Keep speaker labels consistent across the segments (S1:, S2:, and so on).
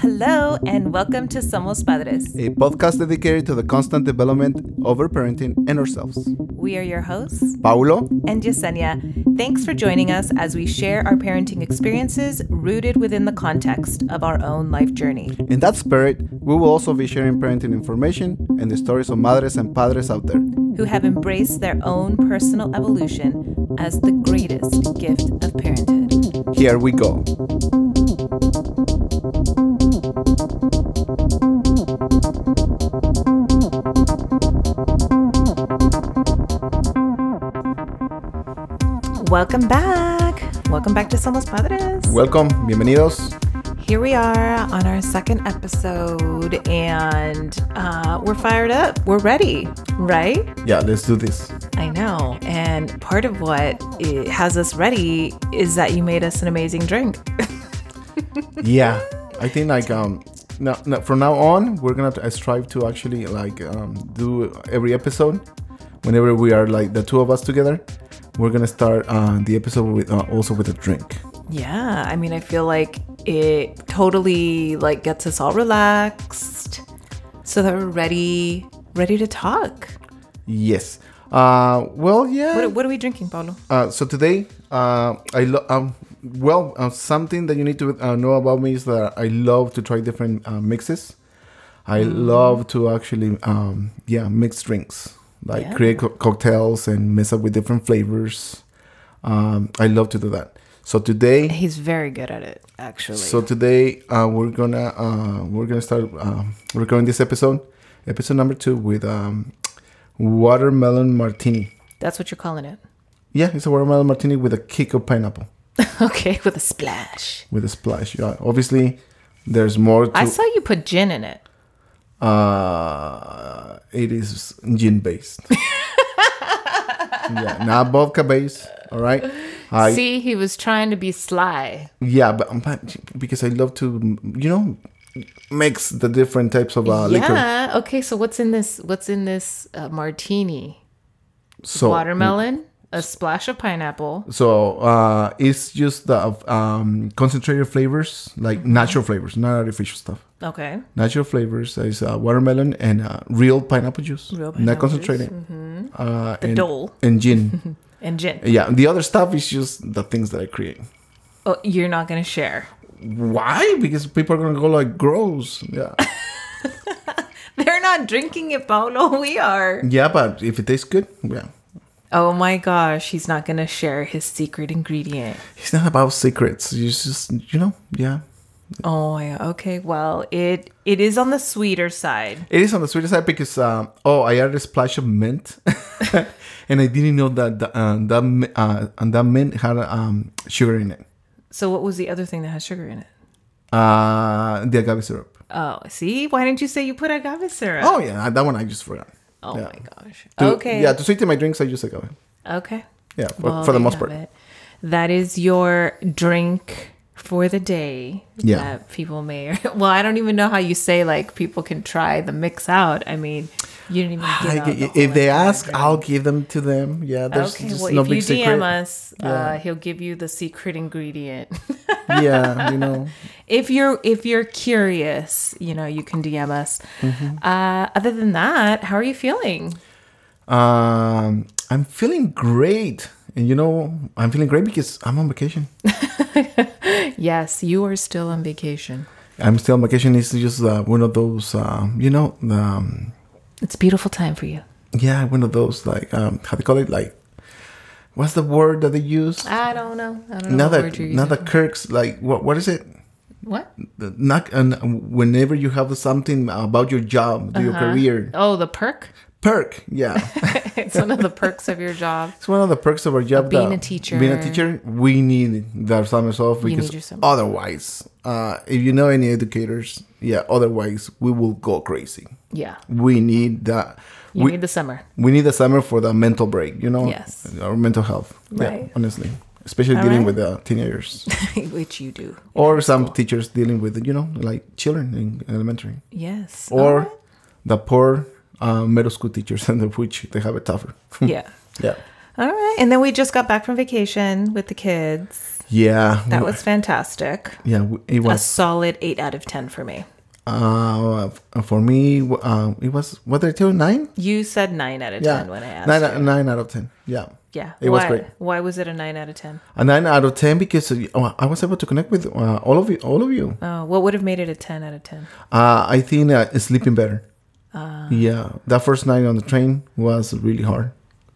S1: Hello, and welcome to Somos Padres.
S2: a podcast dedicated to the constant development of our parenting and ourselves.
S1: We are your hosts
S2: Paulo,
S1: and Yesenia. Thanks for joining us as we share our parenting experiences rooted within the context of our own life journey.
S2: in that spirit, we will also be sharing parenting information and the stories of madres and padres out there.
S1: who have embraced their own personal evolution as the greatest gift of parenthood.
S2: Here we go.
S1: Welcome back. Welcome back to Somos Padres.
S2: Welcome, bienvenidos.
S1: Here we are on our second episode, and uh, we're fired up. We're ready, right?
S2: Yeah, let's do this.
S1: I know. And part of what it has us ready is that you made us an amazing drink.
S2: Yeah, I think like um, now, now- from now on, we're gonna t- strive to actually like um, do every episode. Whenever we are like the two of us together, we're gonna start uh, the episode with uh, also with a drink.
S1: yeah, I mean, I feel like it totally like gets us all relaxed, so that we're ready, ready to talk.
S2: Yes. Uh, well, yeah.
S1: What, what are we drinking, Paulo?
S2: Uh, so today, uh, I lo- um, well, uh, something that you need to uh, know about me is that I love to try different uh, mixes. I love to actually, um, yeah, mix drinks, like
S1: Yeah.
S2: create co- cocktails and mess up with different flavors. Um, I love to do that. So today,
S1: He's very good at it, actually.
S2: so today uh, we're gonna uh, we're gonna start uh, recording this episode, episode number two with um, watermelon martini.
S1: That's what you're calling it.
S2: Yeah, it's a watermelon martini with a kick of pineapple.
S1: okay, with a splash.
S2: with a splash. Yeah, obviously, there's more to.
S1: I saw you put gin in it.
S2: uh, it is gin based. yeah, not vodka based. All right. I
S1: See, he was trying to be sly.
S2: yeah, but, but because I love to, you know, mix the different types of uh, liquor.
S1: yeah. Okay, so what's in this? What's in this uh, martini?
S2: So
S1: Watermelon, a splash of pineapple.
S2: So uh, it's just the um, concentrated flavors, like
S1: Mm-hmm.
S2: natural flavors, not artificial stuff.
S1: Okay.
S2: natural flavors is uh, watermelon and uh, real pineapple juice,
S1: Real
S2: not
S1: pineapple Mm-hmm.
S2: concentrated. Uh, and,
S1: dole.
S2: and gin.
S1: And gin.
S2: yeah, the other stuff is just the things that I create.
S1: Oh, you're not gonna share.
S2: Why? Because people are gonna go like gross. Yeah,
S1: They're not drinking it, Paulo. We are.
S2: yeah, but if it tastes good, yeah.
S1: Oh my gosh, he's not gonna share his secret ingredient.
S2: It's not about secrets. It's just you know, yeah.
S1: Oh my. Okay. Well, it it is on the sweeter side.
S2: It is on the sweeter side because um, oh, I added a splash of mint, and I didn't know that the, uh, that mi- uh, and that mint had um, sugar in it.
S1: So what was the other thing that has sugar in it?
S2: Uh, the agave syrup.
S1: Oh, see, why didn't you say you put agave syrup?
S2: Oh yeah, that one I just forgot.
S1: Oh
S2: yeah.
S1: my gosh.
S2: To-
S1: okay.
S2: Yeah, to sweeten my drinks, I use agave.
S1: okay.
S2: Yeah, for,
S1: Well,
S2: for the
S1: there
S2: most
S1: you
S2: part.
S1: have it. That is your drink for the day.
S2: Yeah.
S1: That people may. Well, I don't even know how you say like people can try the mix out. I mean, you didn't even.
S2: I
S1: Give out
S2: g-
S1: the whole
S2: if they
S1: idea.
S2: ask, I'll give them to them. Yeah, there's
S1: oh Okay,
S2: just
S1: well,
S2: no
S1: if you
S2: big
S1: DM
S2: secret.
S1: us, uh, he'll give you the secret ingredient. uh,
S2: yeah, you know.
S1: if you're if you're curious, you know, you can DM us.
S2: Mm-hmm.
S1: Uh, other than that, how are you feeling?
S2: Um, I'm feeling great, and you know, I'm feeling great because I'm on vacation.
S1: Yes, you are still on vacation.
S2: I'm still on vacation. It's just uh, one of those, um, you know, um,
S1: It's a beautiful time for you.
S2: yeah, one of those like um, how they call it, like, what's the word that they use?
S1: I don't know. I don't know
S2: Now
S1: what word
S2: that
S1: you're
S2: now
S1: using.
S2: that Kirk's like, what what is it?
S1: What?
S2: the- not and whenever you have something about your job your career
S1: Oh, the perk.
S2: perk yeah
S1: it's one of the perks of your job.
S2: it's one of the perks of our job
S1: being
S2: that-
S1: a teacher.
S2: being a teacher we need that summer off
S1: need
S2: because
S1: your summers.
S2: otherwise uh, if you know any educators yeah otherwise we will go crazy
S1: Yeah,
S2: we need that
S1: you
S2: we,
S1: need the summer.
S2: we need the summer for the mental break you know
S1: Yes.
S2: our mental health yeah
S1: Right.
S2: honestly especially
S1: All
S2: dealing
S1: right.
S2: with the teenagers
S1: Which you do.
S2: or some teachers dealing with you know like children in elementary
S1: Yes.
S2: or the poor uh, middle school teachers and the which they have it tougher.
S1: yeah.
S2: yeah.
S1: All right. And then we just got back from vacation with the kids.
S2: Yeah.
S1: That
S2: we-
S1: was fantastic.
S2: Yeah, we- it
S1: A
S2: was.
S1: solid 8 out of 10 for me.
S2: Uh, for me, w- uh, it was what did I tell you? Nine?
S1: You said 9 out of
S2: Yeah,
S1: 10 when I asked.
S2: nine, out- nine out of ten. Yeah,
S1: yeah. Why,
S2: it was great.
S1: Why was it a 9 out of 10?
S2: A nine out of ten because uh, I was able to connect with uh, all of you. All of you.
S1: Oh, what would have made it a 10 out of 10?
S2: Uh, I think uh, sleeping better.
S1: Ah.
S2: yeah, that first night on the train was really hard.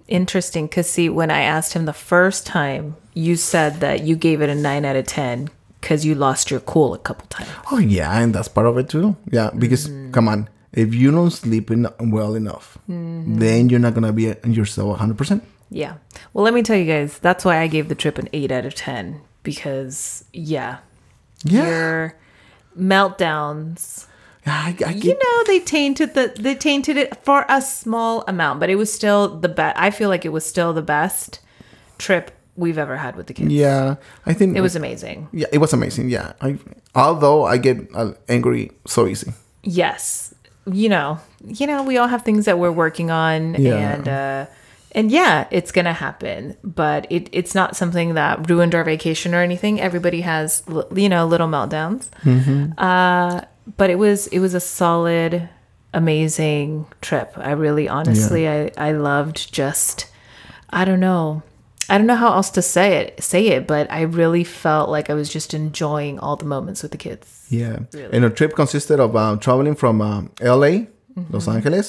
S1: Interesting, because see, when I asked him the first time, you said that you gave it a 9 out of 10 because you lost your cool a couple times.
S2: Oh yeah, and that's part of it too. Yeah, because
S1: Mm.
S2: come on, if you don't sleep en- well enough,
S1: Mm-hmm.
S2: then you're not gonna be a- yourself 100. percent
S1: Yeah. Well, let me tell you guys, that's why I gave the trip an 8 out of 10 because, yeah,
S2: Yeah.
S1: your meltdowns.
S2: I, I
S1: You
S2: get-
S1: know they tainted the they tainted it for a small amount, but it was still the best. I feel like it was still the best trip we've ever had with the kids.
S2: yeah, I think
S1: It was amazing.
S2: Yeah, it was amazing. Yeah, I although I get uh, angry so easy.
S1: yes you know you know we all have things that we're working on
S2: Yeah.
S1: and uh and yeah it's gonna happen but it it's not something that ruined our vacation or anything everybody has l- you know little meltdowns uh but it was it was a solid amazing trip i really honestly i i loved just i don't know i don't know how else to say it say it but i really felt like i was just enjoying all the moments with the kids
S2: Yeah, and our trip consisted of uh, traveling from um, L.A.,
S1: Mm-hmm.
S2: Los Angeles,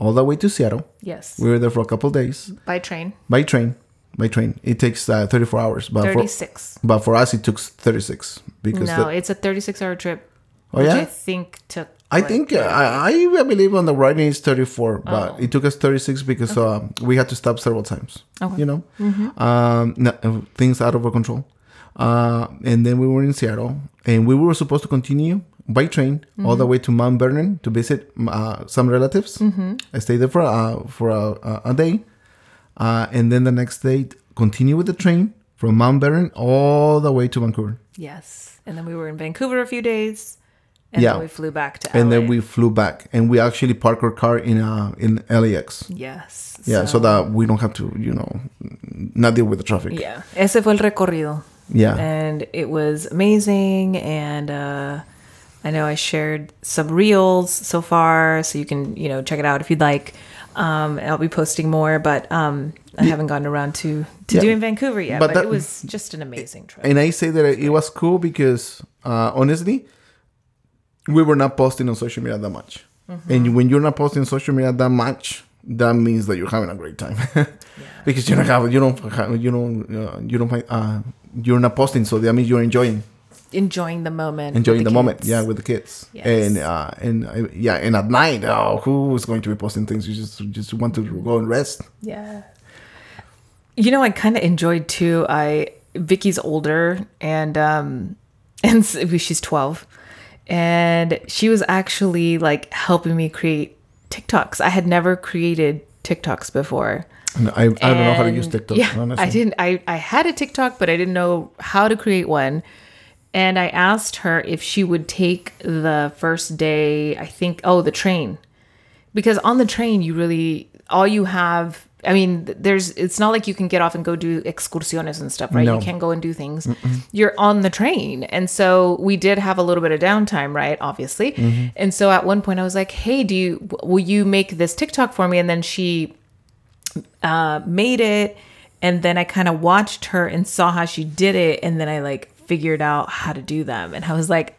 S2: all the way to Seattle.
S1: yes
S2: We were there for a couple days
S1: by train
S2: by train. By train, it takes uh, 34 hours, but for
S1: 36
S2: but for us it took 36 because
S1: no
S2: the-
S1: it's a 36 hour trip
S2: Oh,
S1: which
S2: yeah?
S1: i think took
S2: I think uh, I, I believe on the writing is 34, but it took us 36 because um we had to stop several times.
S1: Okay.
S2: You know, um, no- uh, things out of our control. Uh, and then we were in Seattle, and we were supposed to continue by train all the way to Mount Vernon to visit mm, uh, some relatives. I stayed there for uh, for a, a- a day, uh, and then the next day continue with the train from Mount Vernon all the way to Vancouver.
S1: yes and then we were in vancouver a few days and
S2: Yeah.
S1: then we flew back to
S2: and
S1: LA.
S2: then we flew back and we actually parked our car in uh, in LAX.
S1: yes
S2: Yeah, so, that we don't have to, you know, not deal with the traffic. Yeah.
S1: yeah ese fue el recorrido
S2: Yeah.
S1: and it was amazing and uh i know i shared some reels so far so you can you know check it out if you'd like um i'll be posting more but um i haven't gotten around to to
S2: Yeah.
S1: doing vancouver yet
S2: But
S1: but,
S2: that-
S1: it was just an amazing trip
S2: And I say that it was cool because uh, honestly, we were not posting on social media that much. And when you're not posting on social media that much, that means that you're having a great time because you don't have you don't have, you don't uh, you don't find, uh, you're not posting, so that means you're enjoying
S1: enjoying the moment
S2: enjoying the,
S1: with
S2: moment
S1: kids.
S2: yeah with the kids
S1: Yes.
S2: and uh and uh, yeah and at night oh who is going to be posting things you just you just want to go and rest
S1: Yeah. You know, I kind of enjoyed too. I Vicky's older and um and s- she's 12 and she was actually like helping me create TikToks. I had never created TikToks before.
S2: And I, I don't know how to use
S1: And-
S2: tiktok
S1: yeah,
S2: honestly
S1: I didn't. I, I had a TikTok, but I didn't know how to create one. And I asked her if she would take the first day, I think, oh, the train. Because on the train, you really, all you have, I mean, th- there's, it's not like you can get off and go do excursiones and stuff, right?
S2: No.
S1: You can't go and do things. You're on the train. And so we did have a little bit of downtime, right? Obviously. And so at one point, I was like, hey, do you, w- will you make this TikTok for me? And then she uh, made it and then I kind of watched her and saw how she did it and then I like figured out how to do them and I was like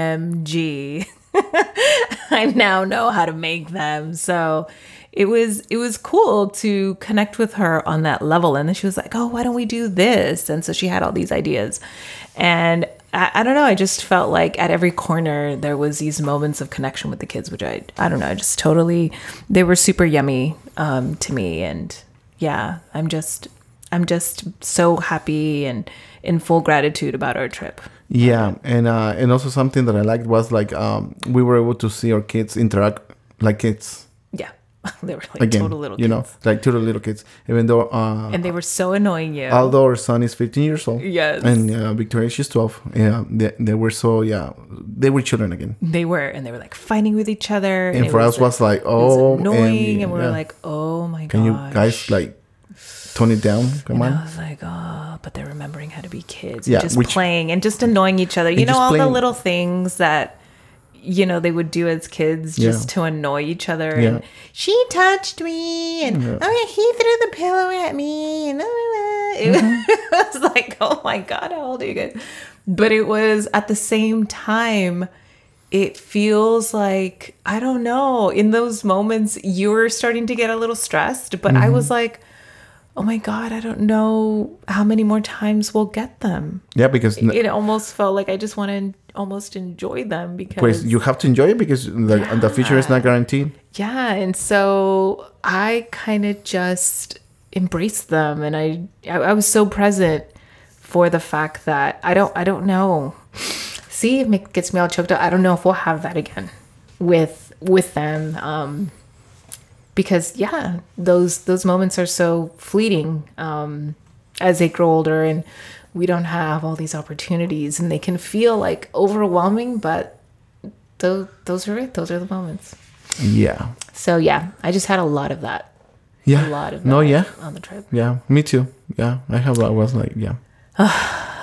S1: OMG I now know how to make them so it was it was cool to connect with her on that level and then she was like oh why don't we do this and so she had all these ideas and I, I don't know I just felt like at every corner there was these moments of connection with the kids which I I don't know I just totally they were super yummy um, to me and yeah i'm just i'm just so happy and in full gratitude about our trip
S2: yeah and uh and also something that i liked was like um we were able to see our kids interact like kids
S1: yeah they were like
S2: again
S1: total little
S2: you know
S1: kids.
S2: like total little kids even though uh
S1: and they were so annoying you
S2: although our son is 15 years old
S1: Yes.
S2: and uh, victoria she's 12 yeah they, they were so yeah they were children again
S1: they were and they were like fighting with each other
S2: and
S1: it
S2: for us was like
S1: it was
S2: oh
S1: annoying and, we were
S2: yeah.
S1: like oh my god
S2: can you guys like tone it down. Come
S1: And
S2: on.
S1: I was like, oh, but they're remembering how to be kids,
S2: Yeah,
S1: and just
S2: which-
S1: playing and just annoying each other. You know,
S2: just
S1: all the
S2: playing.
S1: little things that you know they would do as kids
S2: Yeah.
S1: just to annoy each other.
S2: Yeah.
S1: And she touched me, and oh yeah, he threw the pillow at me, and oh, yeah." it was like, oh my god, how old are you guys? But it was at the same time. It feels like, I don't know, in those moments, you were starting to get a little stressed, but I was like, oh my god i don't know how many more times we'll get them
S2: Yeah, because n-
S1: it almost felt like i just want to almost enjoy them because
S2: because you have to enjoy it because the, the future is not guaranteed.
S1: yeah and so i kind of just embraced them and I, I i was so present for the fact that i don't i don't know see it make, gets me all choked up i don't know if we'll have that again with with them um because yeah those those moments are so fleeting um as they grow older and we don't have all these opportunities and they can feel like overwhelming but those those are it those are the moments
S2: Yeah.
S1: so yeah, I just had a lot of that.
S2: Yeah.
S1: A lot of that
S2: no, yeah.
S1: on the trip.
S2: Yeah. Me too. Yeah. I have, I was like, yeah.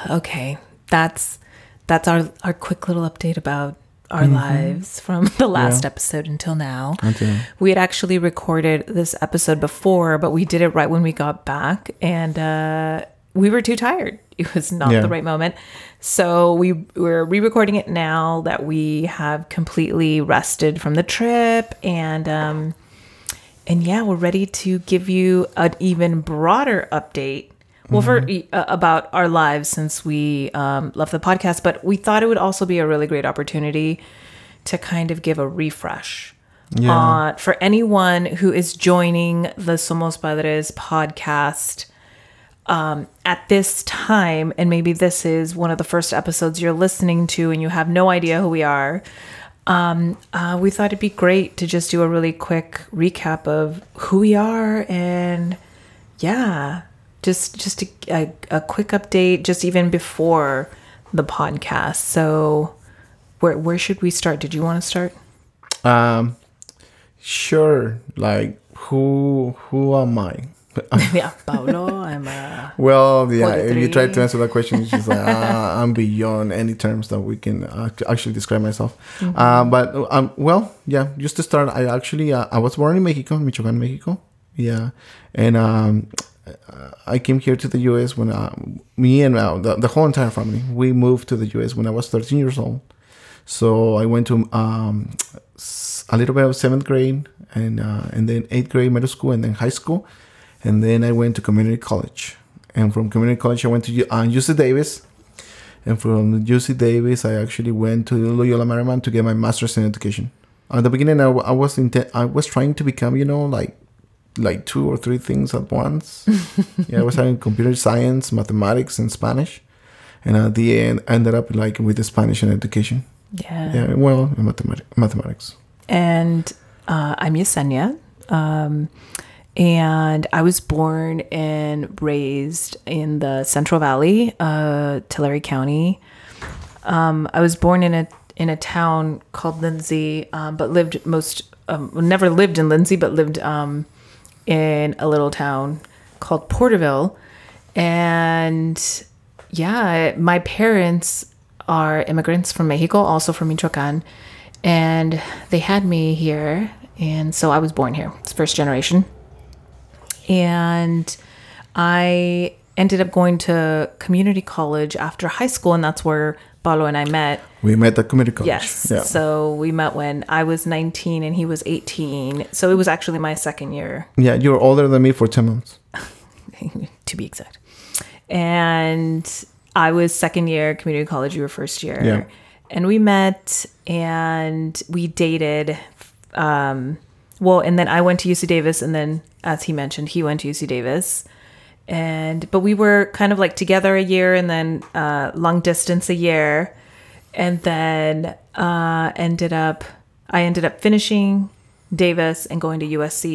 S1: Okay. That's that's our our quick little update about our
S2: Mm-hmm.
S1: lives from the last episode until now.
S2: Until-
S1: We had actually recorded this episode before, but we did it right when we got back and uh we were too tired. It was not
S2: Yeah.
S1: the right moment. So we we're re-recording it now that we have completely rested from the trip and um And yeah, we're ready to give you an even broader update. Well, for e- uh, about our lives since we um, left the podcast, but we thought it would also be a really great opportunity to kind of give a refresh
S2: Yeah.
S1: on for anyone who is joining the Somos Padres podcast um, at this time, and maybe this is one of the first episodes you're listening to, and you have no idea who we are. Um, uh, we thought it'd be great to just do a really quick recap of who we are, and yeah, just just a, a, a quick update, just even before the podcast. So, where where should we start? Did you want to start?
S2: Um, sure. Like, who, who am I?
S1: yeah, Paolo, I'm uh,
S2: Well, yeah. If you try to
S1: 43.
S2: answer that question, it's just like ah, I'm beyond any terms that we can act- actually describe myself. Uh, but um, well, yeah. Just to start, I actually uh, I was born in Mexico, Michoacán, Mexico. Yeah, and um, I came here to the U.S. when uh, me and uh, the, the whole entire family we moved to the U.S. when I was 13 years old. So I went to um, s- a little bit of seventh grade and uh, and then eighth grade middle school and then high school, and then I went to community college. And from community college, I went to U- uh, UC Davis. And from UC Davis, I actually went to Loyola Marymount to get my master's in education. At the beginning, I, w- I was intent- I was trying to become, you know, like like two or three things at once. yeah, I was having computer science, mathematics, and Spanish. And at the end, I ended up like with the Spanish and education.
S1: yeah.
S2: Yeah, well, in mathemati- mathematics.
S1: and uh, I'm Yesenia. Um, and I was born and raised in the Central Valley, uh, Tulare County. Um, I was born in a in a town called Lindsay, um, but lived most um, never lived in Lindsay, but lived um, in a little town called Porterville, and yeah, my parents are immigrants from Mexico, also from Michoacan, and they had me here, and so I was born here. It's first generation and I ended up going to community college after high school, and that's where Paolo and I met.
S2: We met at community college.
S1: Yes.
S2: Yeah.
S1: So we met when I was 19 and he was 18. So it was actually my second year,
S2: yeah, you're older than me for 10 months.
S1: to be exact. And I was second year community college, you were first year.
S2: Yeah.
S1: And we met and we dated. Um, well, and then I went to UC Davis, and then as he mentioned, he went to UC Davis. and but we were kind of like together a year and then uh, long distance a year and then uh, ended up i ended up finishing davis and going to usc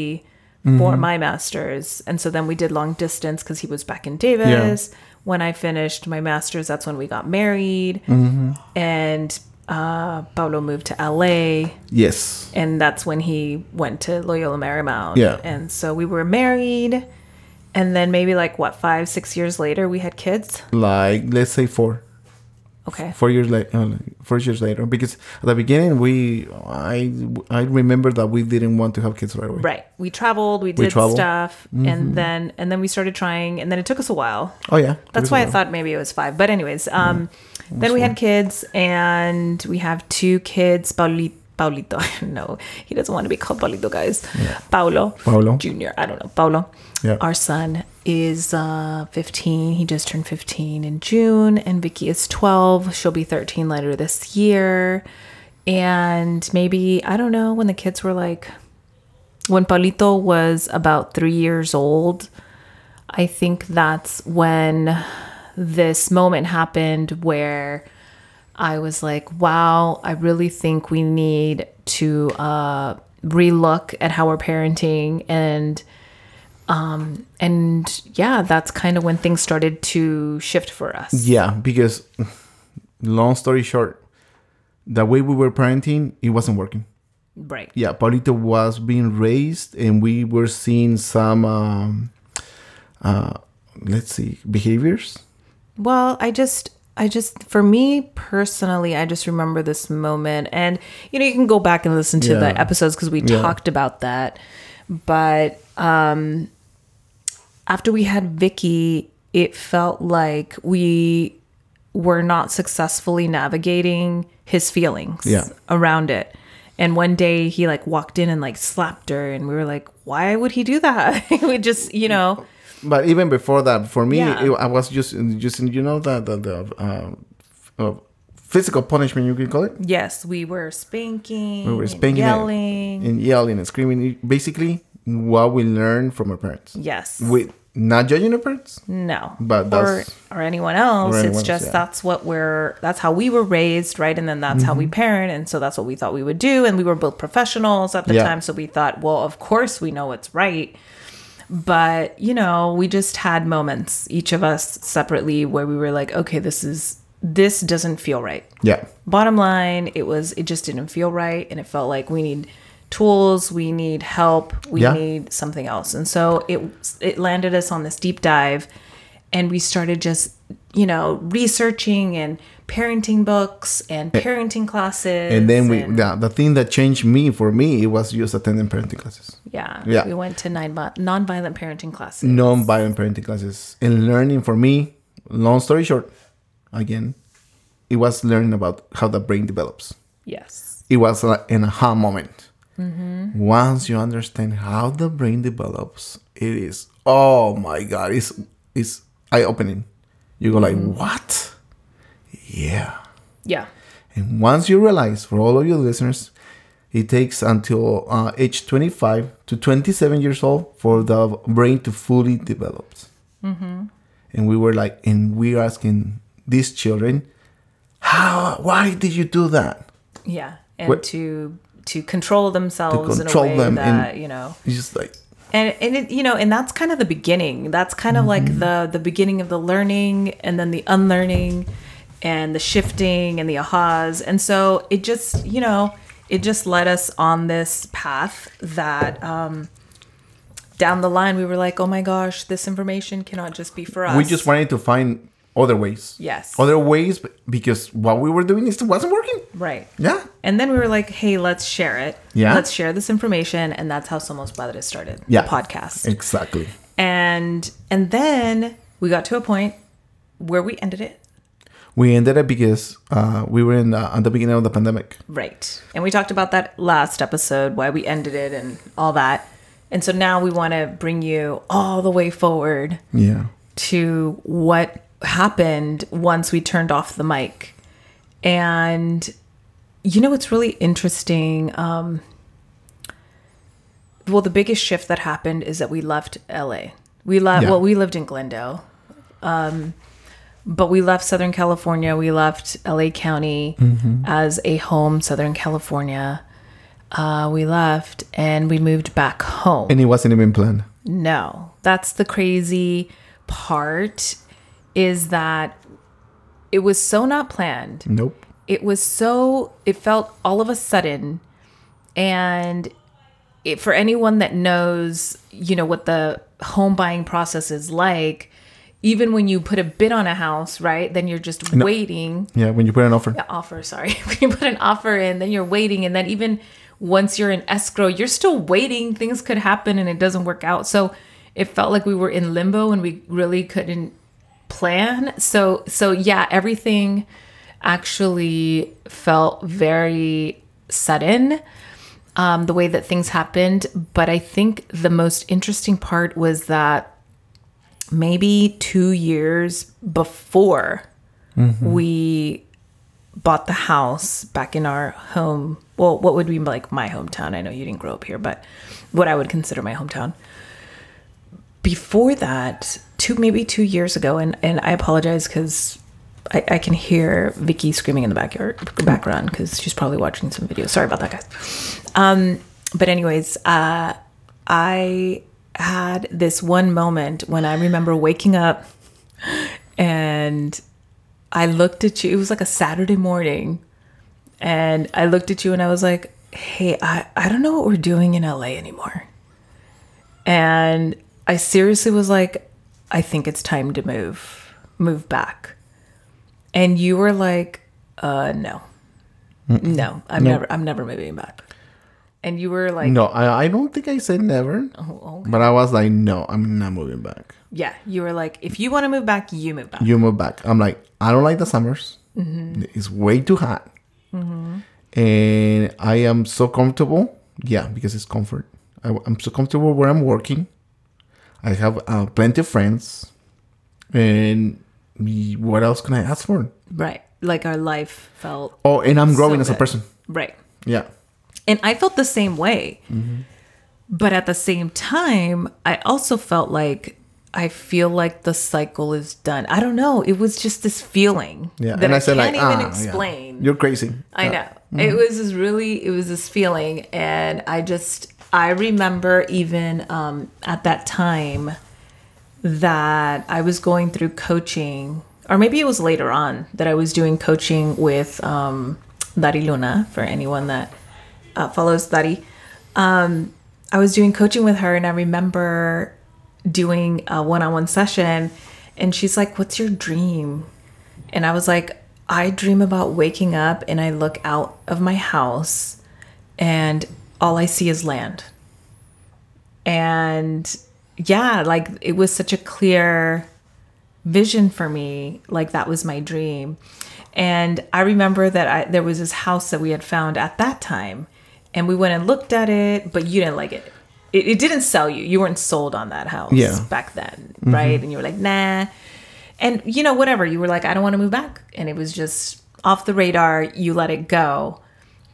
S1: for my master's and so then we did long distance because he was back in davis when i finished my master's that's when we got married
S2: Mm-hmm.
S1: and uh, Paulo moved to LA,
S2: Yes.
S1: and that's when he went to Loyola Marymount.
S2: Yeah.
S1: And so we were married And then maybe like what five, six years later, we had kids.
S2: Like let's say four,
S1: Okay.
S2: four years later, four years later. Because at the beginning, we I I remember that we didn't want to have kids right away.
S1: Right. We traveled. We did
S2: traveled. Mm-hmm.
S1: stuff, and then and then we started trying, and then it took us a while.
S2: Oh yeah,
S1: That's
S2: It was
S1: why I
S2: a-
S1: thought maybe it was five. But anyways, um, then we had kids, and we have two kids. Pauli, Paulito, no, he doesn't want to be called Paulito, guys. Paulo,
S2: Paulo.
S1: Junior. I don't know. Paulo.
S2: Yeah.
S1: Our son is uh, 15. He just turned 15 in June, and Vicky is 12. She'll be 13 later this year. And maybe I don't know when the kids were like when Paulito was about three years old, I think that's when this moment happened where I was like, wow, I really think we need to uh, relook at how we're parenting and um and yeah that's kind of when things started to shift for us
S2: Yeah, because mm, long story short, the way we were parenting, it wasn't working.
S1: right
S2: Yeah, Paulito was being raised, and we were seeing some, um, uh, let's see, behaviors.
S1: Well, I just, I just, for me personally, I just remember this moment. And, you know, you can go back and listen to
S2: Yeah.
S1: the episodes because we
S2: Yeah.
S1: talked about that. But um, after we had Vicky, it felt like we were not successfully navigating his feelings
S2: Yeah.
S1: around it. And one day he like walked in and like slapped her, and we were like, why would he do that? we just, you know,
S2: But even before that, for me,
S1: Yeah.
S2: it, I was just using, you know, the the, the uh, f- uh, physical punishment you can call it.
S1: yes, we were spanking,
S2: We were spanking and-
S1: yelling.
S2: and yelling and screaming. Basically, what we learned from our parents.
S1: Yes.
S2: We not judging our parents.
S1: no.
S2: But
S1: or,
S2: that's-
S1: or anyone else.
S2: or anyone
S1: it's
S2: else,
S1: just
S2: yeah.
S1: that's what we're that's how we were raised, right? And then that's how we
S2: Mm-hmm.
S1: parent. And so that's what we thought we would do. And we were both professionals at the
S2: Yeah.
S1: time. So we thought, well, of course we know what's right. But, you know, we just had moments, each of us separately, where we were like, okay, this is this doesn't feel right.
S2: Yeah.
S1: Bottom line, it was it just didn't feel right and it felt like we need tools, we need help, we
S2: Yeah.
S1: need something else. And so it it landed us on this deep dive and we started just, you know, researching and parenting books and parenting classes.
S2: Eh. And then we the, the thing that changed me for me it was just attending parenting classes,
S1: yeah,
S2: yeah.
S1: we went to nine vi- nonviolent parenting classes.
S2: non-violent parenting classes, and learning for me. Long story short, again, it was learning about how the brain develops.
S1: Yes.
S2: It was like an aha moment. Once you understand how the brain develops, it is oh my god, it's it's eye opening. You go like what? Yeah.
S1: Yeah.
S2: And once you realize, for all of you listeners, it takes until uh, age 25 to 27 years old for the brain to fully develop.
S1: Mm-hmm.
S2: And we were like, and we're asking these children, how, why did you do that?
S1: Yeah. And
S2: What-
S1: to to control themselves
S2: control
S1: in a way
S2: them and-
S1: that, you know,
S2: It's just like,
S1: and and it, you know and that's kind of the beginning that's kind of
S2: Mm-hmm.
S1: like the the beginning of the learning and then the unlearning and the shifting and the ahas and so it just you know it just led us on this path that um down the line we were like oh my gosh this information cannot just be for us
S2: we just wanted to find other ways.
S1: Yes.
S2: Other ways b- because what we were doing is, wasn't working.
S1: right
S2: Yeah.
S1: and then we were like hey let's share it
S2: Yeah.
S1: let's share this information and that's how somos padres started
S2: Yeah.
S1: the podcast
S2: Exactly.
S1: and and then we got to a point where we ended it
S2: We ended up because uh, we were in uh, at the beginning of the pandemic.
S1: right and we talked about that last episode why we ended it and all that and so now we want to bring you all the way forward
S2: Yeah.
S1: to what happened once we turned off the mic and you know it's really interesting um well the biggest shift that happened is that we left la we left
S2: Yeah.
S1: well we lived in glendale um, but we left Southern California. We left LA County as a home, Southern California. Uh, we left and we moved back home.
S2: And it wasn't even planned.
S1: no, that's the crazy part is that it was so not planned
S2: Nope.
S1: it was so it felt all of a sudden and it, for anyone that knows, you know, what the home buying process is like, even when you put a bid on a house, right? Then you're just
S2: No.
S1: waiting.
S2: Yeah, when you put an offer.
S1: The offer, sorry. when you put an offer in, then you're waiting. And then even once you're in escrow, you're still waiting. Things could happen and it doesn't work out. So it felt like we were in limbo and we really couldn't plan. So so yeah, everything actually felt very sudden um, the way that things happened. But I think the most interesting part was that maybe two years before we bought the house back in our home. Well, what would be like my hometown? I know you didn't grow up here, but what I would consider my hometown. Before that, two maybe two years ago, and and I apologize because. I, I can hear Vicky screaming in the backyard background because she's probably watching some videos. Sorry about that, guys. Um, but anyways, uh, I had this one moment when I remember waking up and I looked at you. It was like a Saturday morning. And I looked at you and I was like, hey, I, I don't know what we're doing in LA anymore. And I seriously was like, I think it's time to move, move back. And you were like, uh, no, no, I'm never, I'm never moving back. And you were like, "Oh,
S2: No, I, I don't think I said never. But I was like, no, I'm not moving back.
S1: yeah, you were like, if you want to move back, you move back.
S2: You move back. I'm like, I don't like the summers.
S1: Mm-hmm.
S2: It's way too hot. And I am so comfortable. Yeah, because it's comfort. I, am so comfortable where I'm working. I have uh, plenty of friends. And y- what else can I ask for?
S1: Right. Like our life felt
S2: Oh, and I'm growing
S1: So
S2: as a
S1: good.
S2: person.
S1: right.
S2: Yeah.
S1: And I felt the same way.
S2: Mm-hmm.
S1: But at the same time, I also felt like I feel like the cycle is done. I don't know. It was just this feeling
S2: Yeah.
S1: that I, can't even
S2: "Ah, yeah.
S1: explain.
S2: You're crazy.
S1: I know. It was this really, it was this feeling. And I just, I remember even um, at that time that I was going through coaching, or maybe it was later on that I was doing coaching with um, Dari Luna, for anyone that uh, follows Dari. Um, I was doing coaching with her, and I remember doing a one on one session, and she's like, What's your dream? And I was like, I dream about waking up and I look out of my house and all I see is land. And yeah, like it was such a clear vision for me. Like that was my dream. And I remember that I, there was this house that we had found at that time and we went and looked at it, but you didn't like it. It, it didn't sell you. You weren't sold on that house
S2: Yeah.
S1: back then, right? And you were like, nah. And you know, whatever. You were like, I don't want to move back. And it was just off the radar. You let it go.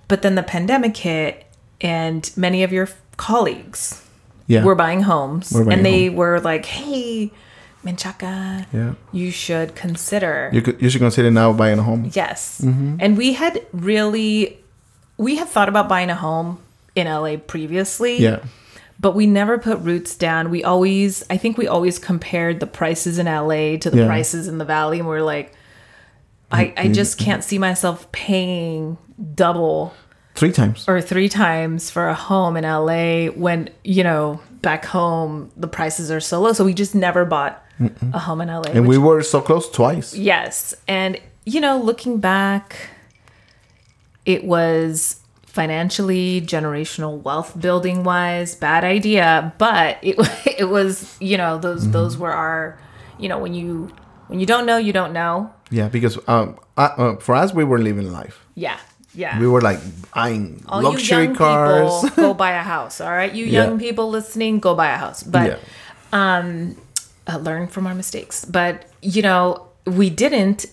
S1: But then the pandemic hit, and many of your colleagues
S2: Yeah.
S1: were buying homes.
S2: Were buying
S1: and they were like, hey, Menchaca,
S2: Yeah.
S1: you should consider.
S2: You, Mm-hmm. could, you should consider now buying a home.
S1: Yes. And we had really, we had thought about buying a home in LA previously
S2: Yeah.
S1: but we never put roots down. We always, I think we always compared the prices in LA to the
S2: Yeah.
S1: prices in the valley, and we are like, I, I just can't see myself paying double
S2: Three times.
S1: or three times for a home in LA when, you know, back home the prices are so low. So we just never bought a home in LA.
S2: And
S1: which-
S2: we were so close twice.
S1: Yes. And, you know, looking back, it was financially, generational wealth building wise, bad idea, but it, it was, you know, those,
S2: Mm-hmm.
S1: those were our, you know, when you, when you don't know, you don't know.
S2: Yeah, because um, I, uh, for us, we were living life.
S1: Yeah. Yeah.
S2: We were like buying
S1: all
S2: luxury
S1: you young
S2: cars.
S1: people go buy a house all right you
S2: Yeah.
S1: young people listening go buy a house but
S2: Yeah.
S1: um uh, learn from our mistakes but you know we didn't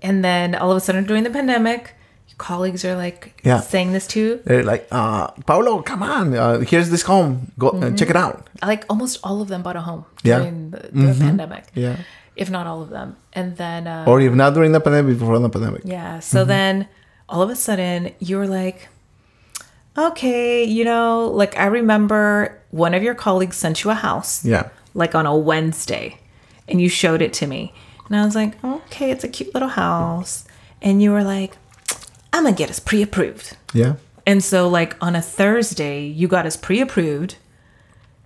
S1: and then all of a sudden during the pandemic colleagues are like
S2: Yeah.
S1: saying this too
S2: They're like, uh, Paolo, come on, uh, here's this home. Go uh, check it out.
S1: like almost all of them bought a home
S2: Yeah. Mm-hmm.
S1: during the, the pandemic
S2: Yeah.
S1: if not all of them and then uh,
S2: Or Mm-hmm. if not during the pandemic, before the pandemic.
S1: Yeah. So then all of a sudden you were like, okay, you know, like I remember one of your colleagues sent you a house.
S2: Yeah.
S1: Like on a Wednesday and you showed it to me. And I was like, okay, it's a cute little house. And you were like, I'm going to get us pre approved.
S2: Yeah.
S1: And so, like, on a Thursday, you got us pre approved.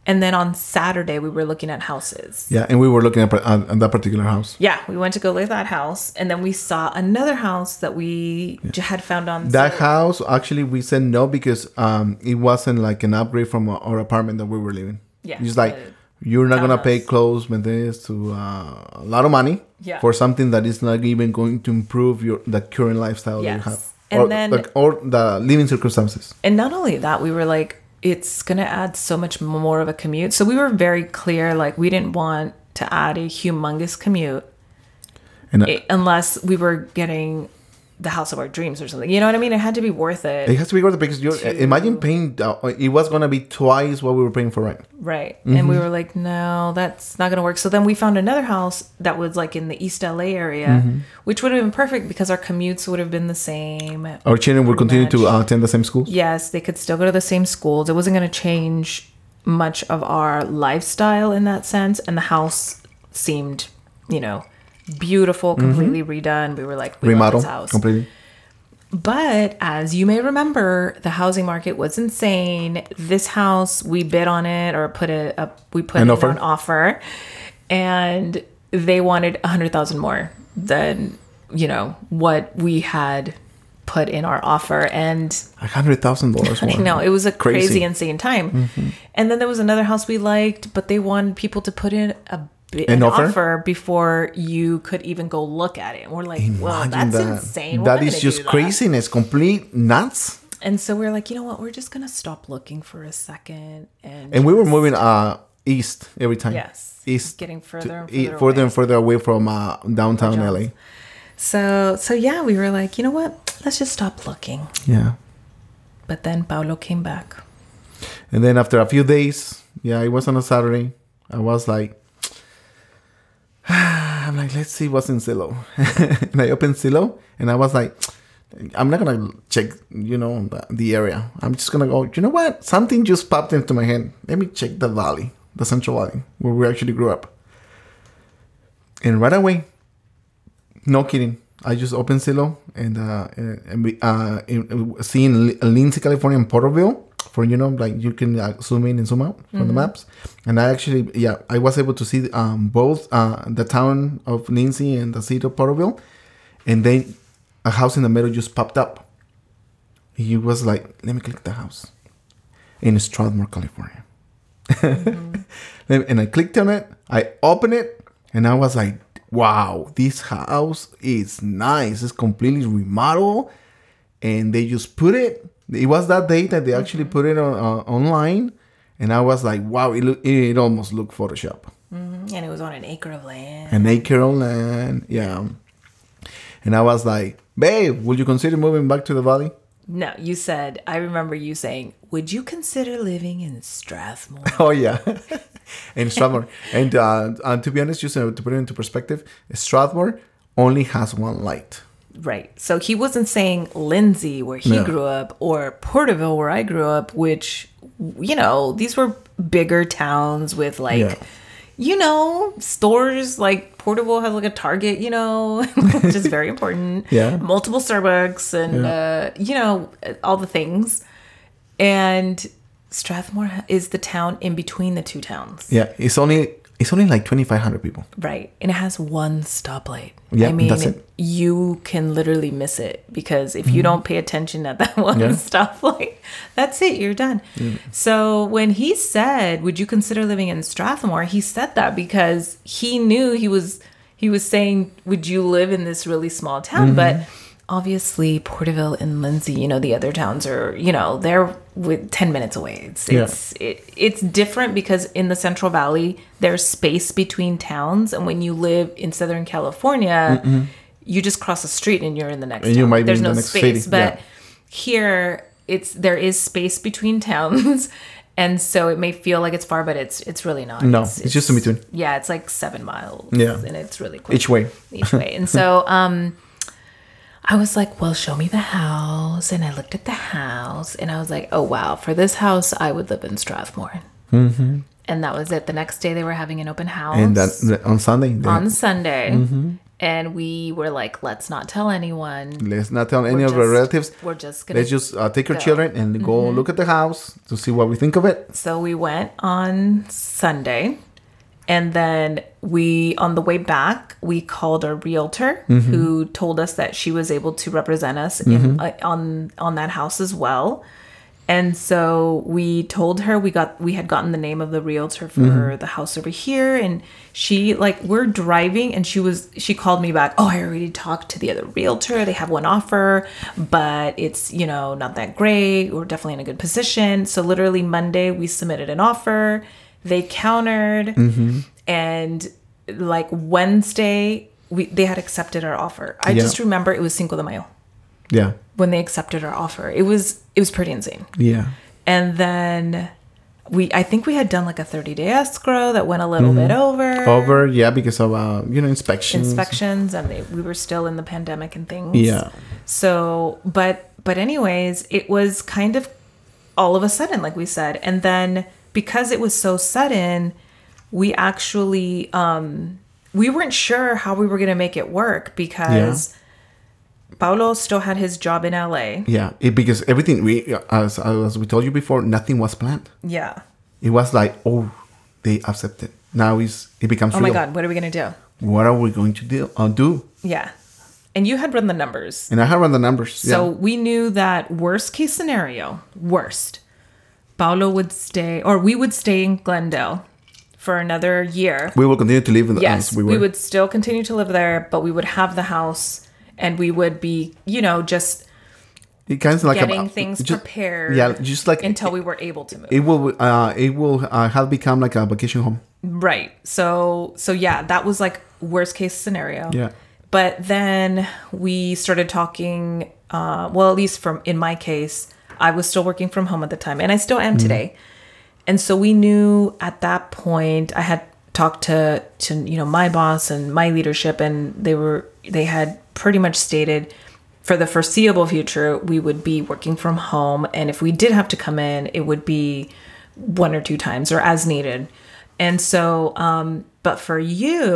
S1: And then on Saturday, we were looking at houses.
S2: Yeah, and we were looking at, at, at that particular house.
S1: Yeah, we went to go look at that house. And then we saw another house that we j had found on
S2: That
S1: sale.
S2: house, actually, we said no because um, it wasn't like an upgrade from our- our apartment that we were living.
S1: Yeah,
S2: It's like,
S1: the
S2: you're not going to pay
S1: townhouse.
S2: close maintenance to uh, a lot of money
S1: Yeah.
S2: for something that is not even going to improve your the current lifestyle that you
S1: Yes.
S2: have.
S1: And
S2: or,
S1: then-
S2: the, or the living circumstances.
S1: And not only that, we were like, it's going to add so much more of a commute. So we were very clear, like, we didn't want to add a humongous commute
S2: And uh,
S1: i- unless we were getting the house of our dreams or something. You know what I mean? It had to be worth it.
S2: It has to be worth it because you're imagine paying. Uh, it was gonna be twice what we were paying for rent.
S1: Right.
S2: Mm-hmm.
S1: And we were like, no, that's not going to work. So then we found another house that was like in the East LA area,
S2: Mm-hmm.
S1: which would have been perfect because our commutes would have been the same.
S2: Our children will continue to uh, attend the same schools.
S1: Yes, they could still go to the same schools. It wasn't going to change much of our lifestyle in that sense. And the house seemed, you know, beautiful, completely redone. We were like, we love
S2: Mm-hmm. Remodel
S1: this house.
S2: completely.
S1: But as you may remember, the housing market was insane. This house, we bid on it or put it up, we put
S2: An
S1: in
S2: offer?
S1: an offer, and they wanted a hundred thousand more than you know what we had put in our offer. And
S2: A hundred thousand dollars more.
S1: no, it was a crazy,
S2: Crazy. Mm-hmm.
S1: insane time. And then there was another house we liked, but they wanted people to put in a bi-
S2: An
S1: an,
S2: offer?
S1: offer? before you could even go look at it. And we're like, well,
S2: Imagine
S1: that's insane. We're
S2: That
S1: not
S2: is
S1: gonna
S2: just
S1: do that.
S2: craziness, complete nuts.
S1: And so we are like, you know what? We're just gonna stop looking for a second, and,
S2: And we were moving uh east every time.
S1: yes,
S2: east
S1: getting
S2: to-
S1: further and
S2: e-
S1: further,
S2: further
S1: away.
S2: and further away from uh, downtown LA.
S1: So, so yeah, we were like, you know what? Let's just stop looking.
S2: Yeah.
S1: But then Paolo came back.
S2: And then after a few days, yeah, it was on a Saturday. I was like, I'm like, let's see what's in Zillow. and I opened Zillow, and I was like, I'm not gonna check, you know, the, the area. I'm just gonna go. You know what? Something just popped into my head. Let me check the valley, the Central Valley, where we actually grew up. And right away, no kidding. I just opened Zillow and uh, and and we- uh, in- uh, seeing Li- Lindsay, California, and Porterville for you know like you can uh, zoom in and zoom out from the maps. And I actually yeah I was able to see um, both uh, the town of Lindsay and the city of Porterville, and then a house in the middle just popped up. He was like, "Let me click the house," in Strathmore, California. And- and I clicked on it. I opened it, and I was like, "Wow, this house is nice. It's completely remodeled." And they just put it. It was that day that they actually put it on uh, online, and I was like, "Wow, it look, it almost looked Photoshop."
S1: Mhm. And it was on an acre of land.
S2: An acre of land, yeah. And I was like, "Babe, would you consider moving back to the valley?"
S1: No, you said. I remember you saying, "Would you consider living in Strathmore?"
S2: Oh yeah, in Strathmore. and uh, and to be honest, just uh, to put it into perspective, Strathmore only has one light.
S1: Right. So he wasn't saying Lindsay, where he
S2: No.
S1: grew up, or Porterville, where I grew up, which, you know, these were bigger towns with like,
S2: Yeah.
S1: you know, stores like Porterville has like a Target, you know, which is very important.
S2: Yeah.
S1: Multiple Starbucks and, uh, you know, all the things. And Strathmore is the town in between the two towns.
S2: Yeah, it's only it's only like twenty five hundred people.
S1: Right. And it has one stoplight.
S2: Yeah,
S1: I mean,
S2: that's it. Mm-hmm.
S1: you can literally miss it because if you don't pay attention at that one
S2: Yeah.
S1: stoplight, that's it, you're done. So when he said, "Would you consider living in Strathmore?" he said that because he knew he was he was saying, "Would you live in this really small town?"
S2: Mm-hmm.
S1: But obviously, Porterville and Lindsay, you know, the other towns are, you know, they're with 10 minutes away. It's
S2: Yeah.
S1: it's it, it's different because in the Central Valley there's space between towns, and when you live in Southern California, you just cross a street and you're in the next.
S2: And
S1: town.
S2: you might be
S1: there's
S2: in
S1: no
S2: the next
S1: space,
S2: city,
S1: but
S2: yeah.
S1: here it's there is space between towns, and so it may feel like it's far, but it's it's really not.
S2: No, it's just in between.
S1: Yeah, it's like seven miles.
S2: Yeah.
S1: and it's really quick
S2: Each way.
S1: each way. And so um I was like, well, show me the house. And I looked at the house and I was like, oh, wow, for this house, I would live in Strathmore. and that was it. The next day they were having an open house
S2: Mm-hmm. and that Mm-hmm. on Sunday. they-
S1: on Sunday, and we were like, let's not tell anyone.
S2: let's not tell any of our
S1: just
S2: relatives.
S1: We're just gonna.
S2: Let's just uh, take our
S1: go.
S2: children and go
S1: Mm-hmm.
S2: look at the house to see what we think of it.
S1: so we went on Sunday, and then we on the way back we called our realtor who told us that she was able to represent us in, uh, on on that house as well. And so we told her we got we had gotten the name of the realtor for the house over here and she like we're driving and she was she called me back, "Oh, I already talked to the other realtor. They have one offer, but it's, you know, not that great. We're definitely in a good position." So literally Monday we submitted an offer. They countered and like Wednesday we they had accepted our offer. I
S2: Yeah.
S1: just remember it was Cinco de Mayo
S2: Yeah,
S1: when they accepted our offer. It was it was pretty insane
S2: yeah,
S1: and then we i think we had done like a 30 day escrow that went a little bit over
S2: over. Yeah, because of uh, you know inspections.
S1: inspections and they, we were still in the pandemic and things
S2: Yeah.
S1: so but but anyways it was kind of all of a sudden like we said and then because it was so sudden we actually um we weren't sure how we were going to make it work because paulo still had his job in la
S2: Yeah, it, because everything we as as we told you before, nothing was planned.
S1: yeah
S2: It was like, oh, they accepted. Now it's it becomes
S1: oh my
S2: real.
S1: god what are we going to do
S2: What are we going to do? Uh, do?
S1: Yeah. And you had run the numbers.
S2: And I have run the numbers.
S1: So
S2: yeah.
S1: we knew that worst case scenario, worst, Paolo would stay, or we would stay in Glendale for another year.
S2: we will continue to live in the
S1: Yes,
S2: as
S1: we,
S2: we were.
S1: would still continue to live there, but we would have the house and we would be, you know, just
S2: it kind of like a-
S1: getting things
S2: just-
S1: prepared
S2: Yeah, just like
S1: until we were able to move.
S2: it will uh, it will uh, have become like a vacation home.
S1: Right. So so yeah, that was like worst case scenario.
S2: Yeah.
S1: But then we started talking. Uh, well, at least from in my case, I was still working from home at the time, and I still am today. And so we knew at that point. I had talked to to you know my boss and my leadership, and they were they had pretty much stated for the foreseeable future we would be working from home, and if we did have to come in, it would be one or two times or as needed. And so, um, but for you,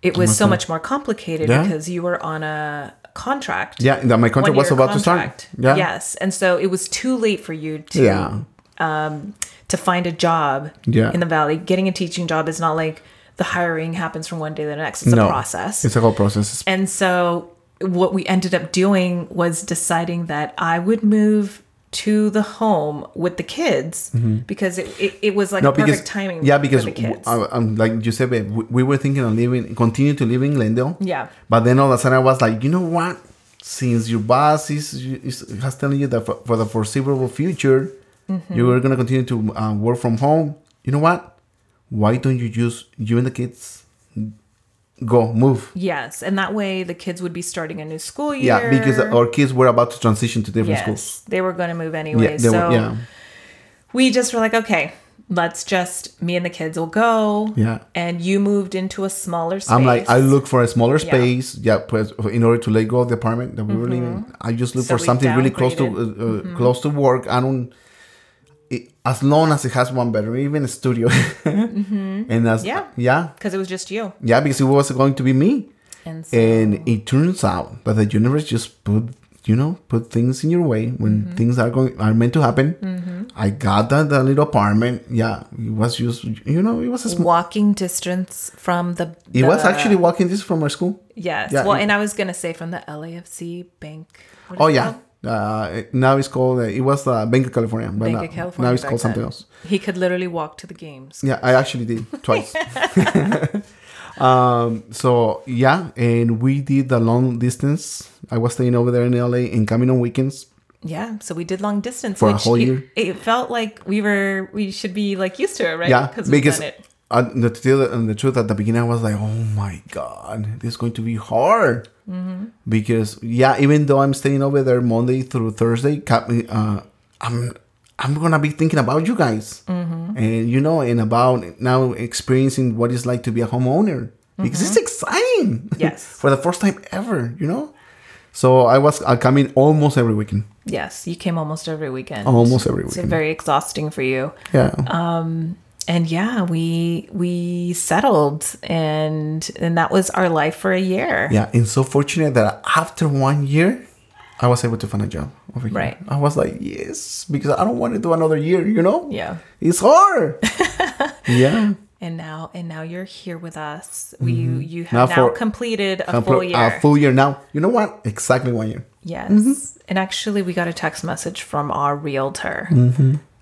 S1: it was so much more complicated
S2: Yeah.
S1: because you were on a contract.
S2: Yeah, that my contract was
S1: one-year
S2: about to
S1: contract.
S2: start. Yeah.
S1: Yes, and so it was too late for you to
S2: Yeah.
S1: um, to find a job
S2: Yeah.
S1: in the valley. Getting a teaching job is not like the hiring happens from one day to the next. It's a process.
S2: It's a whole process.
S1: And so what we ended up doing was deciding that I would move to the home with the kids because it, it, it was like
S2: Mm-hmm.
S1: a
S2: No,
S1: perfect
S2: because
S1: timing.
S2: yeah, because
S1: for the
S2: w- uh,
S1: kids.
S2: I, am like Giuseppe, we, we were thinking of living, continue to live in Glendale.
S1: Yeah.
S2: But then all of a sudden I was like, you know what? Since your boss is, is has telling you that for, for the foreseeable future,
S1: Mm-hmm.
S2: you were gonna continue to uh, work from home. You know what? Why don't you just you and the kids go move?
S1: yes, and that way the kids would be starting a new school year.
S2: Yeah, because our kids were about to transition to different
S1: yes,
S2: schools.
S1: they were going to move anyway.
S2: Yeah, they
S1: so
S2: were, yeah,
S1: we just were like, okay, let's just me and the kids will go.
S2: Yeah.
S1: And you moved into a smaller space.
S2: I'm like, I look for a smaller space. Yeah, pues, in order to let go of the apartment that we were living, I just look
S1: Mm-hmm. So
S2: for
S1: we
S2: something really close to uh, uh,
S1: downgraded. Mm-hmm.
S2: close to work. I don't. It, as long as it has one bedroom, even a studio, and as
S1: Mm-hmm. Yeah.
S2: yeah,
S1: because it was just you.
S2: yeah, because it was going to be me.
S1: And so,
S2: And it turns out that the universe just put you know put things in your way when
S1: Mm-hmm.
S2: things are going are meant to happen. I got that, that little apartment. Yeah, it was just you know it was a sm-
S1: walking distance from the.
S2: it was
S1: the-
S2: actually walking distance from our school.
S1: Yes.
S2: Yeah,
S1: well,
S2: it-
S1: and I was gonna say from the LAFC bank. what is
S2: Oh
S1: it
S2: yeah.
S1: called?
S2: Uh, it- now it's called. Uh, it was uh, Bank of California, but
S1: Bank
S2: now,
S1: of California.
S2: now it's
S1: back
S2: called something
S1: then.
S2: else.
S1: He could literally walk to the games.
S2: Yeah, I actually did twice. um, so yeah, and we did the long distance. I was staying over there in LA and coming on weekends.
S1: Yeah. So we did long distance
S2: For a
S1: which
S2: whole
S1: it-
S2: year.
S1: It, felt like we were we should be like used to it, right?
S2: Yeah,
S1: because we've
S2: because
S1: done it.
S2: uh, the, to tell the, and the truth at the beginning, I was like, "Oh my god, this is going to be hard."
S1: Mm-hmm.
S2: Because yeah, even though I'm staying over there Monday through Thursday, cap- uh, I'm I'm gonna be thinking about you guys,
S1: Mm-hmm.
S2: and you know, and about now experiencing what it's like to be a homeowner because it's exciting.
S1: Mm-hmm. Yes.
S2: for the first time ever, you know. So I was uh, coming almost every weekend,
S1: Yes, you came almost every weekend.
S2: almost every
S1: It's
S2: weekend.
S1: very exhausting for you.
S2: yeah,
S1: Um, and yeah, we we settled and and that was our life for a year.
S2: Yeah, and so fortunate that after one year, I was able to find a job over here.
S1: Right.
S2: I was like, yes, because I don't want to do another year. You know.
S1: Yeah.
S2: It's hard. yeah.
S1: And now and now you're here with us. We you, you
S2: Now
S1: have Mm-hmm. now,
S2: for-
S1: completed a
S2: I'm
S1: full Mm-hmm.
S2: pro-
S1: year.
S2: A full year now. You know what? Exactly one year.
S1: yes. And actually we got a text message from our realtor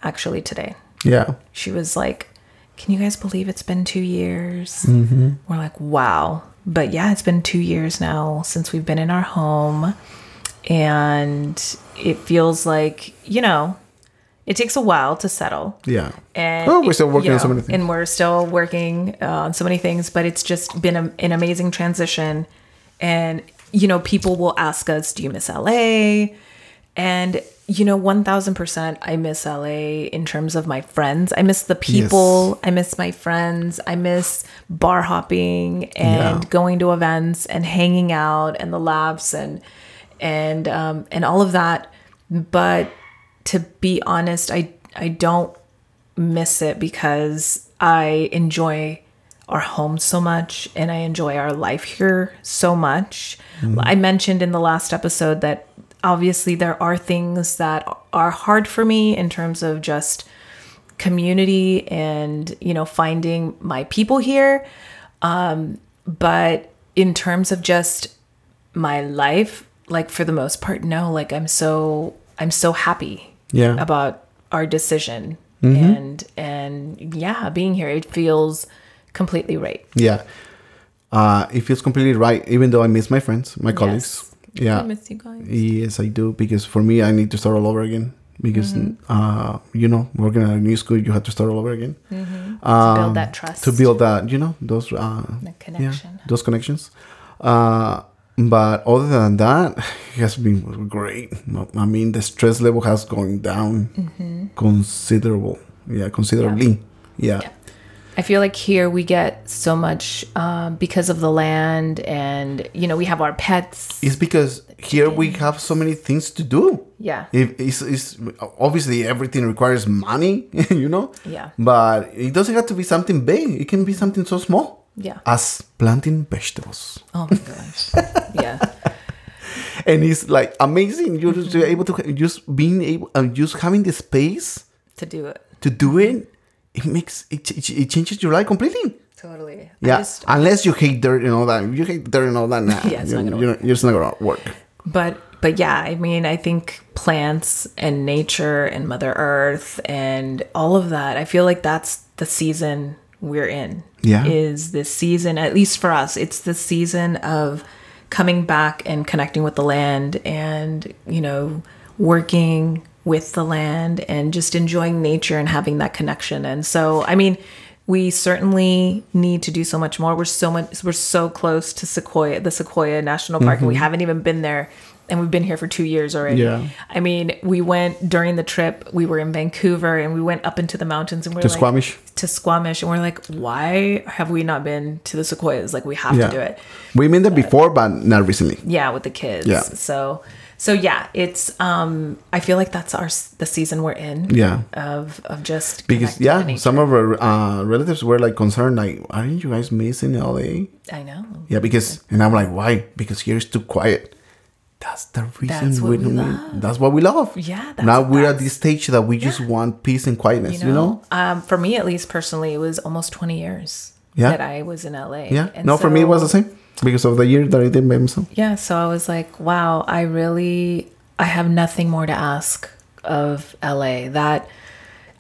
S1: actually today.
S2: Yeah.
S1: she was like, "Can you guys believe it's been two years?" We're like, "Wow!" But yeah, it's been two years now since we've been in our home, and it feels like you know, it takes a while to settle.
S2: Yeah.
S1: And
S2: Oh, we're still
S1: you
S2: working on so many things.
S1: And we're still working uh, on so many things, but it's just been a, an amazing transition. And, you know, people will ask us, do you miss LA? And, you know, 1000% I miss LA in terms of my friends. I miss the people. I miss my friends. I miss bar hopping and
S2: Yeah.
S1: going to events and hanging out and the laughs and, and, um, and all of that. But to be honest, I, I don't miss it because I enjoy our home so much and I enjoy our life here so much. I mentioned in the last episode that obviously there are things that are hard for me in terms of just community and, you know, finding my people here. Um, but in terms of just my life, like for the most part, no, like I'm so, I'm so happy
S2: Yeah.
S1: about our decision
S2: Mm-hmm.
S1: and and yeah being here it feels completely right
S2: Yeah. Uh, it feels completely right, even though I miss my friends, my colleagues. Yeah.
S1: you guys
S2: Yes, I do because for me, I need to start all over again because
S1: Mm-hmm.
S2: uh, you know working at a new school, you have to start all over again
S1: Mm-hmm.
S2: Um,
S1: to build that trust
S2: to build that you know those uh,
S1: the
S2: yeah,
S1: connection
S2: those connections. Uh, but other than that, it has been great. I mean, the stress level has gone down
S1: Mm-hmm.
S2: considerable. Yeah, considerably. Yeah.
S1: i feel like here we get so much um, because of the land and you know we have our pets
S2: It's because here we have so many things to do.
S1: yeah
S2: If it's, it's obviously everything requires money, you know.
S1: Yeah.
S2: But it doesn't have to be something big. It can be something so small.
S1: Yeah.
S2: As planting vegetables,
S1: oh my gosh yeah
S2: and it's like amazing. You're just you're able to ha- just being able, uh, just having the space
S1: to do it
S2: to do it. It makes it, ch- it, it changes your life completely.
S1: totally I
S2: Yeah.
S1: just-
S2: Unless you hate dirt and all that. If you hate dirt and all that, nah,
S1: Yeah, it's
S2: you're,
S1: not gonna
S2: you're, you're just not gonna work.
S1: but but yeah i mean i think plants and nature and mother earth and all of that i feel like that's the season we're in
S2: Yeah.
S1: is this season at least for us it's the season of coming back and connecting with the land and you know working with the land and just enjoying nature and having that connection and so i mean we certainly need to do so much more. We're so much we're so close to Sequoia, the Sequoia National Park, and we haven't even been there and we've been here for 2 years already.
S2: Mm-hmm. Yeah.
S1: I mean, we went during the trip, we were in Vancouver and we went up into the mountains and we're
S2: To
S1: like
S2: Squamish.
S1: to Squamish and we're like, "Why have we not been to the Sequoias? Like we have
S2: Yeah.
S1: to do it." Uh,
S2: We made that before, but not recently.
S1: Yeah, with the kids.
S2: Yeah.
S1: So so yeah, it's um I feel like that's our s- the season we're in.
S2: Yeah.
S1: Of of just
S2: because
S1: connecting to
S2: yeah,
S1: nature.
S2: some of our uh, relatives were like concerned, like, aren't you guys missing LA?
S1: I know.
S2: Yeah, because and I'm like, why? Because here it's too quiet. That's the reason.
S1: That's what we
S2: don't-
S1: love.
S2: That's what we love.
S1: Yeah, that's-
S2: now we're at
S1: that's-
S2: this stage that we just want peace and quietness. You know.
S1: Um, for me at least personally, it was almost 20 years
S2: Yeah.
S1: that I was in LA.
S2: Yeah.
S1: And
S2: no, for me it was
S1: so-
S2: the same because of the year that I did by myself.
S1: Yeah, so I was like, wow, I really I have nothing more to ask of LA. That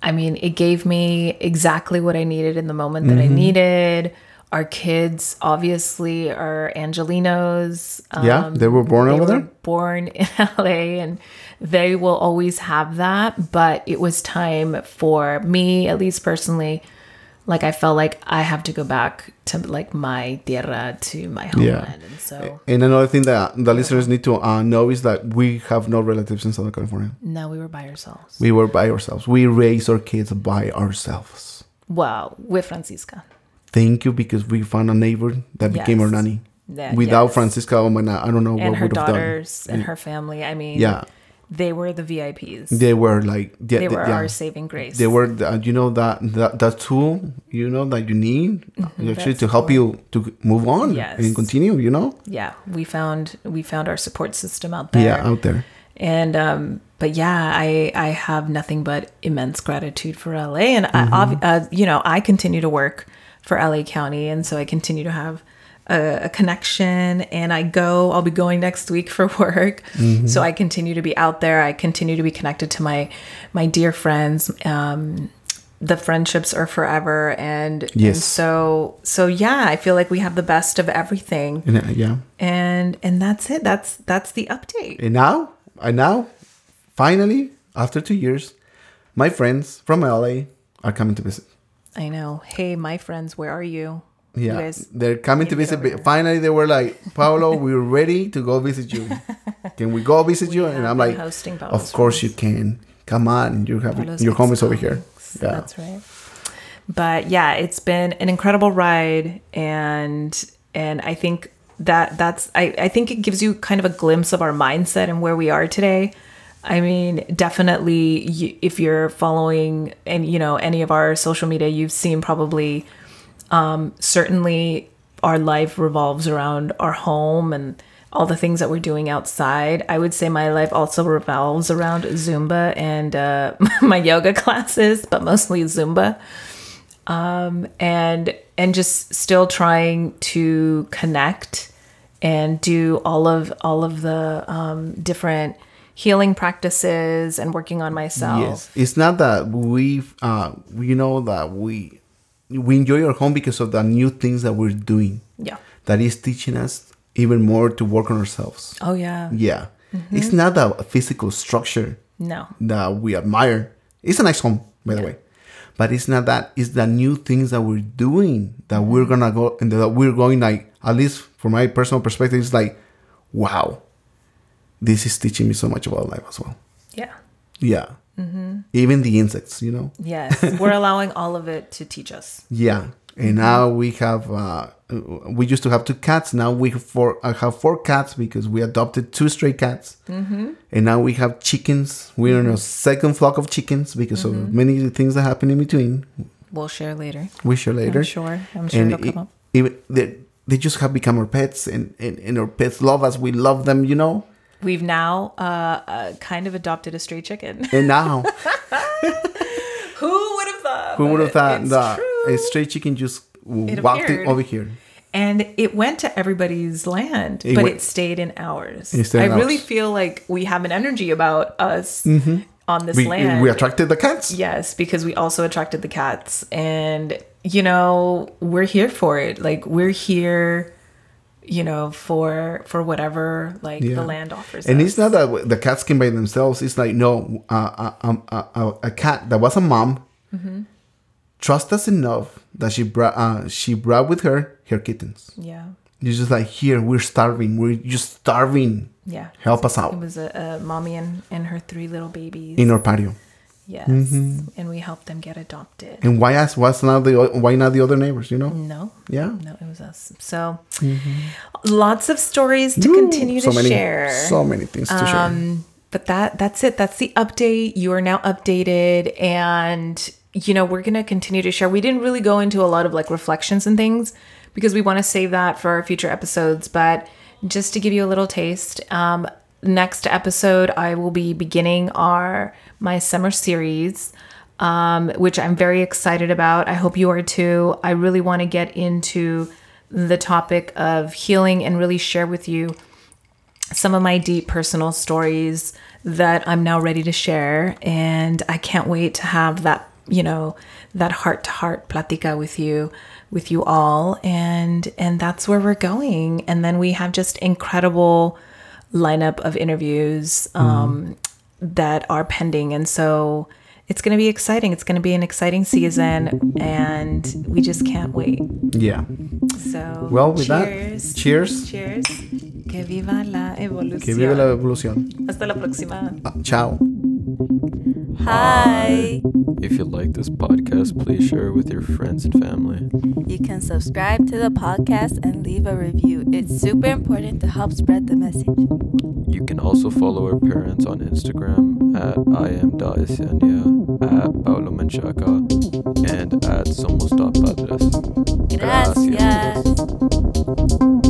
S1: I mean, it gave me exactly what I needed in the moment that
S2: Mm-hmm.
S1: I needed. Our kids obviously are Angelinos. Um,
S2: yeah, they were born
S1: they
S2: over
S1: were
S2: there.
S1: born in LA and they will always have that. But it was time for me, at least personally, like I felt like I have to go back to like my tierra, to my homeland. And so
S2: And another thing that the listeners need to uh, know is that we have no relatives in Southern California.
S1: now we were by ourselves.
S2: We were by ourselves. We raise our kids by ourselves.
S1: Wow, with Francisca.
S2: Thank you because we found a neighbor that became our
S1: Yes.
S2: nanny.
S1: That-
S2: Without
S1: yes.
S2: Francisca, oh my, God, I don't know
S1: And
S2: what
S1: her
S2: would have done.
S1: daughters and her family. I mean,
S2: Yeah.
S1: They were the VIPs.
S2: They were like yeah,
S1: They
S2: the-
S1: were
S2: yeah.
S1: our saving grace.
S2: They were the, you know that that that tool you know that you need actually to help you to move on
S1: Yes.
S2: and continue. You know,
S1: yeah, we found we found our support system out there.
S2: yeah, out there.
S1: and um but yeah i i have nothing but immense gratitude for la and I, obvi- uh, you know i continue to work for la county and so i continue to have a, a connection and i go i'll be going next week for work so i continue to be out there i continue to be connected to my my dear friends um the friendships are forever and, and
S2: Yes.
S1: so so yeah i feel like we have the best of everything
S2: And, uh, yeah,
S1: and and that's it that's that's the update
S2: and now and now, finally, after two years, my friends from LA are coming to visit.
S1: I know. Hey, my friends, where are you? You
S2: Yeah,
S1: guys,
S2: they're coming to
S1: need to
S2: visit.
S1: go
S2: but Finally, they were like, "Paolo, we're ready to go visit you. Can we go visit you?"
S1: have
S2: And I'm
S1: been
S2: like,
S1: hosting Paolo's
S2: "Of course you can. Come on, you have
S1: Paolo's
S2: your home is over here."
S1: Ex-Comics.
S2: Yeah,
S1: That's right. But yeah, it's been an incredible ride and and I think that that's I, I think it gives you kind of a glimpse of our mindset and where we are today. I mean, definitely you, if you're following and you know any of our social media, you've seen probably certainly our life revolves around our home and all the things that we're doing outside. I would say my life also revolves around Zumba and uh, my yoga classes, but mostly Zumba. Um, and and just still trying to connect and do all of all of the um, different healing practices and working on myself.
S2: yes. It's not that we, uh, you know, that we we enjoy our home because of the new things that we're doing.
S1: Yeah.
S2: that is teaching us even more to work on ourselves.
S1: Oh yeah.
S2: Yeah,
S1: Mm-hmm.
S2: it's not a physical structure
S1: No.
S2: that we admire. It's a nice home, by the way. But it's not that. It's the new things that we're doing that we're gonna go and that we're going like at least from my personal perspective, it's like, wow, this is teaching me so much about life as well.
S1: Yeah.
S2: Yeah. Even the insects, you know.
S1: Yes. We're allowing all of it to teach us.
S2: Yeah.
S1: Mm-hmm.
S2: And now we have uh, we used to have two cats. Now we have four. I have four cats because we adopted two stray cats. Mm-hmm. And now we have chickens. We're
S1: Mm-hmm.
S2: in a second flock of chickens because of many things that happen in between.
S1: We'll share later.
S2: We shall later.
S1: I'm sure. I'm sure
S2: And
S1: it'll
S2: it-
S1: come up.
S2: Even they, they just have become our pets, and, and, and our pets love us. We love them, you know.
S1: We've now uh, uh, kind of adopted a stray chicken.
S2: And now,
S1: Who would have thought?
S2: who would have thought
S1: It's
S2: that
S1: true.
S2: a stray chicken just walked in
S1: appeared.
S2: over here?
S1: and it went to everybody's land, but
S2: went-
S1: it stayed in ours.
S2: It stayed
S1: I
S2: in
S1: really
S2: ours. Mm-hmm.
S1: feel like we have an energy about us on this
S2: We,
S1: land.
S2: we attracted the cats.
S1: Yes, because we also attracted the cats. And, you know, we're here for it. Like, we're here you know for for whatever like
S2: Yeah.
S1: the land offers
S2: And
S1: us.
S2: it's not that the cats came by themselves. It's like no, uh, a, a, a, a cat that was a mom
S1: Mm-hmm.
S2: trust us enough that she brought uh, she brought with her her kittens.
S1: yeah
S2: It's just like here we're starving. We're just starving.
S1: yeah
S2: Help us
S1: It
S2: out
S1: was a, a mommy and, and her three little babies.
S2: in Mm-hmm. our patio.
S1: yes. And we helped them get adopted.
S2: And why us? What's not the o- why not the other neighbors? You know?
S1: No.
S2: Yeah. Mm-hmm.
S1: No, it was us. So lots of stories to
S2: Woo!
S1: continue to
S2: so many,
S1: share.
S2: So many things to share.
S1: um, but that that's it. That's the update. You are now updated and you know, we're gonna continue to share. We didn't really go into a lot of like reflections and things because we want to save that for our future episodes, but just to give you a little taste, um, next episode I will be beginning our my summer series um, which I'm very excited about. I hope you are too. I really want to get into the topic of healing and really share with you some of my deep personal stories that I'm now ready to share. And I can't wait to have that, you know, that heart to heart platica with you, with you all. And and that's where we're going. And then we have just incredible lineup of interviews
S2: Mm-hmm.
S1: um, that are pending. And so it's going to be exciting. It's going to be an exciting season, and we just can't wait.
S2: Yeah.
S1: So,
S2: Well, with
S1: cheers.
S2: that, cheers.
S1: Cheers. Que viva la evolución.
S2: Que vive la evolución.
S1: Hasta la próxima.
S2: Ah, ciao.
S3: Hi.
S4: If you like this podcast, please share it with your friends and family.
S3: You can subscribe to the podcast and leave a review. It's super important to help spread the message.
S4: You can also follow our parents on Instagram at iam.esenia, at Paulo Menchaca, and at somos.padres.
S3: Gracias.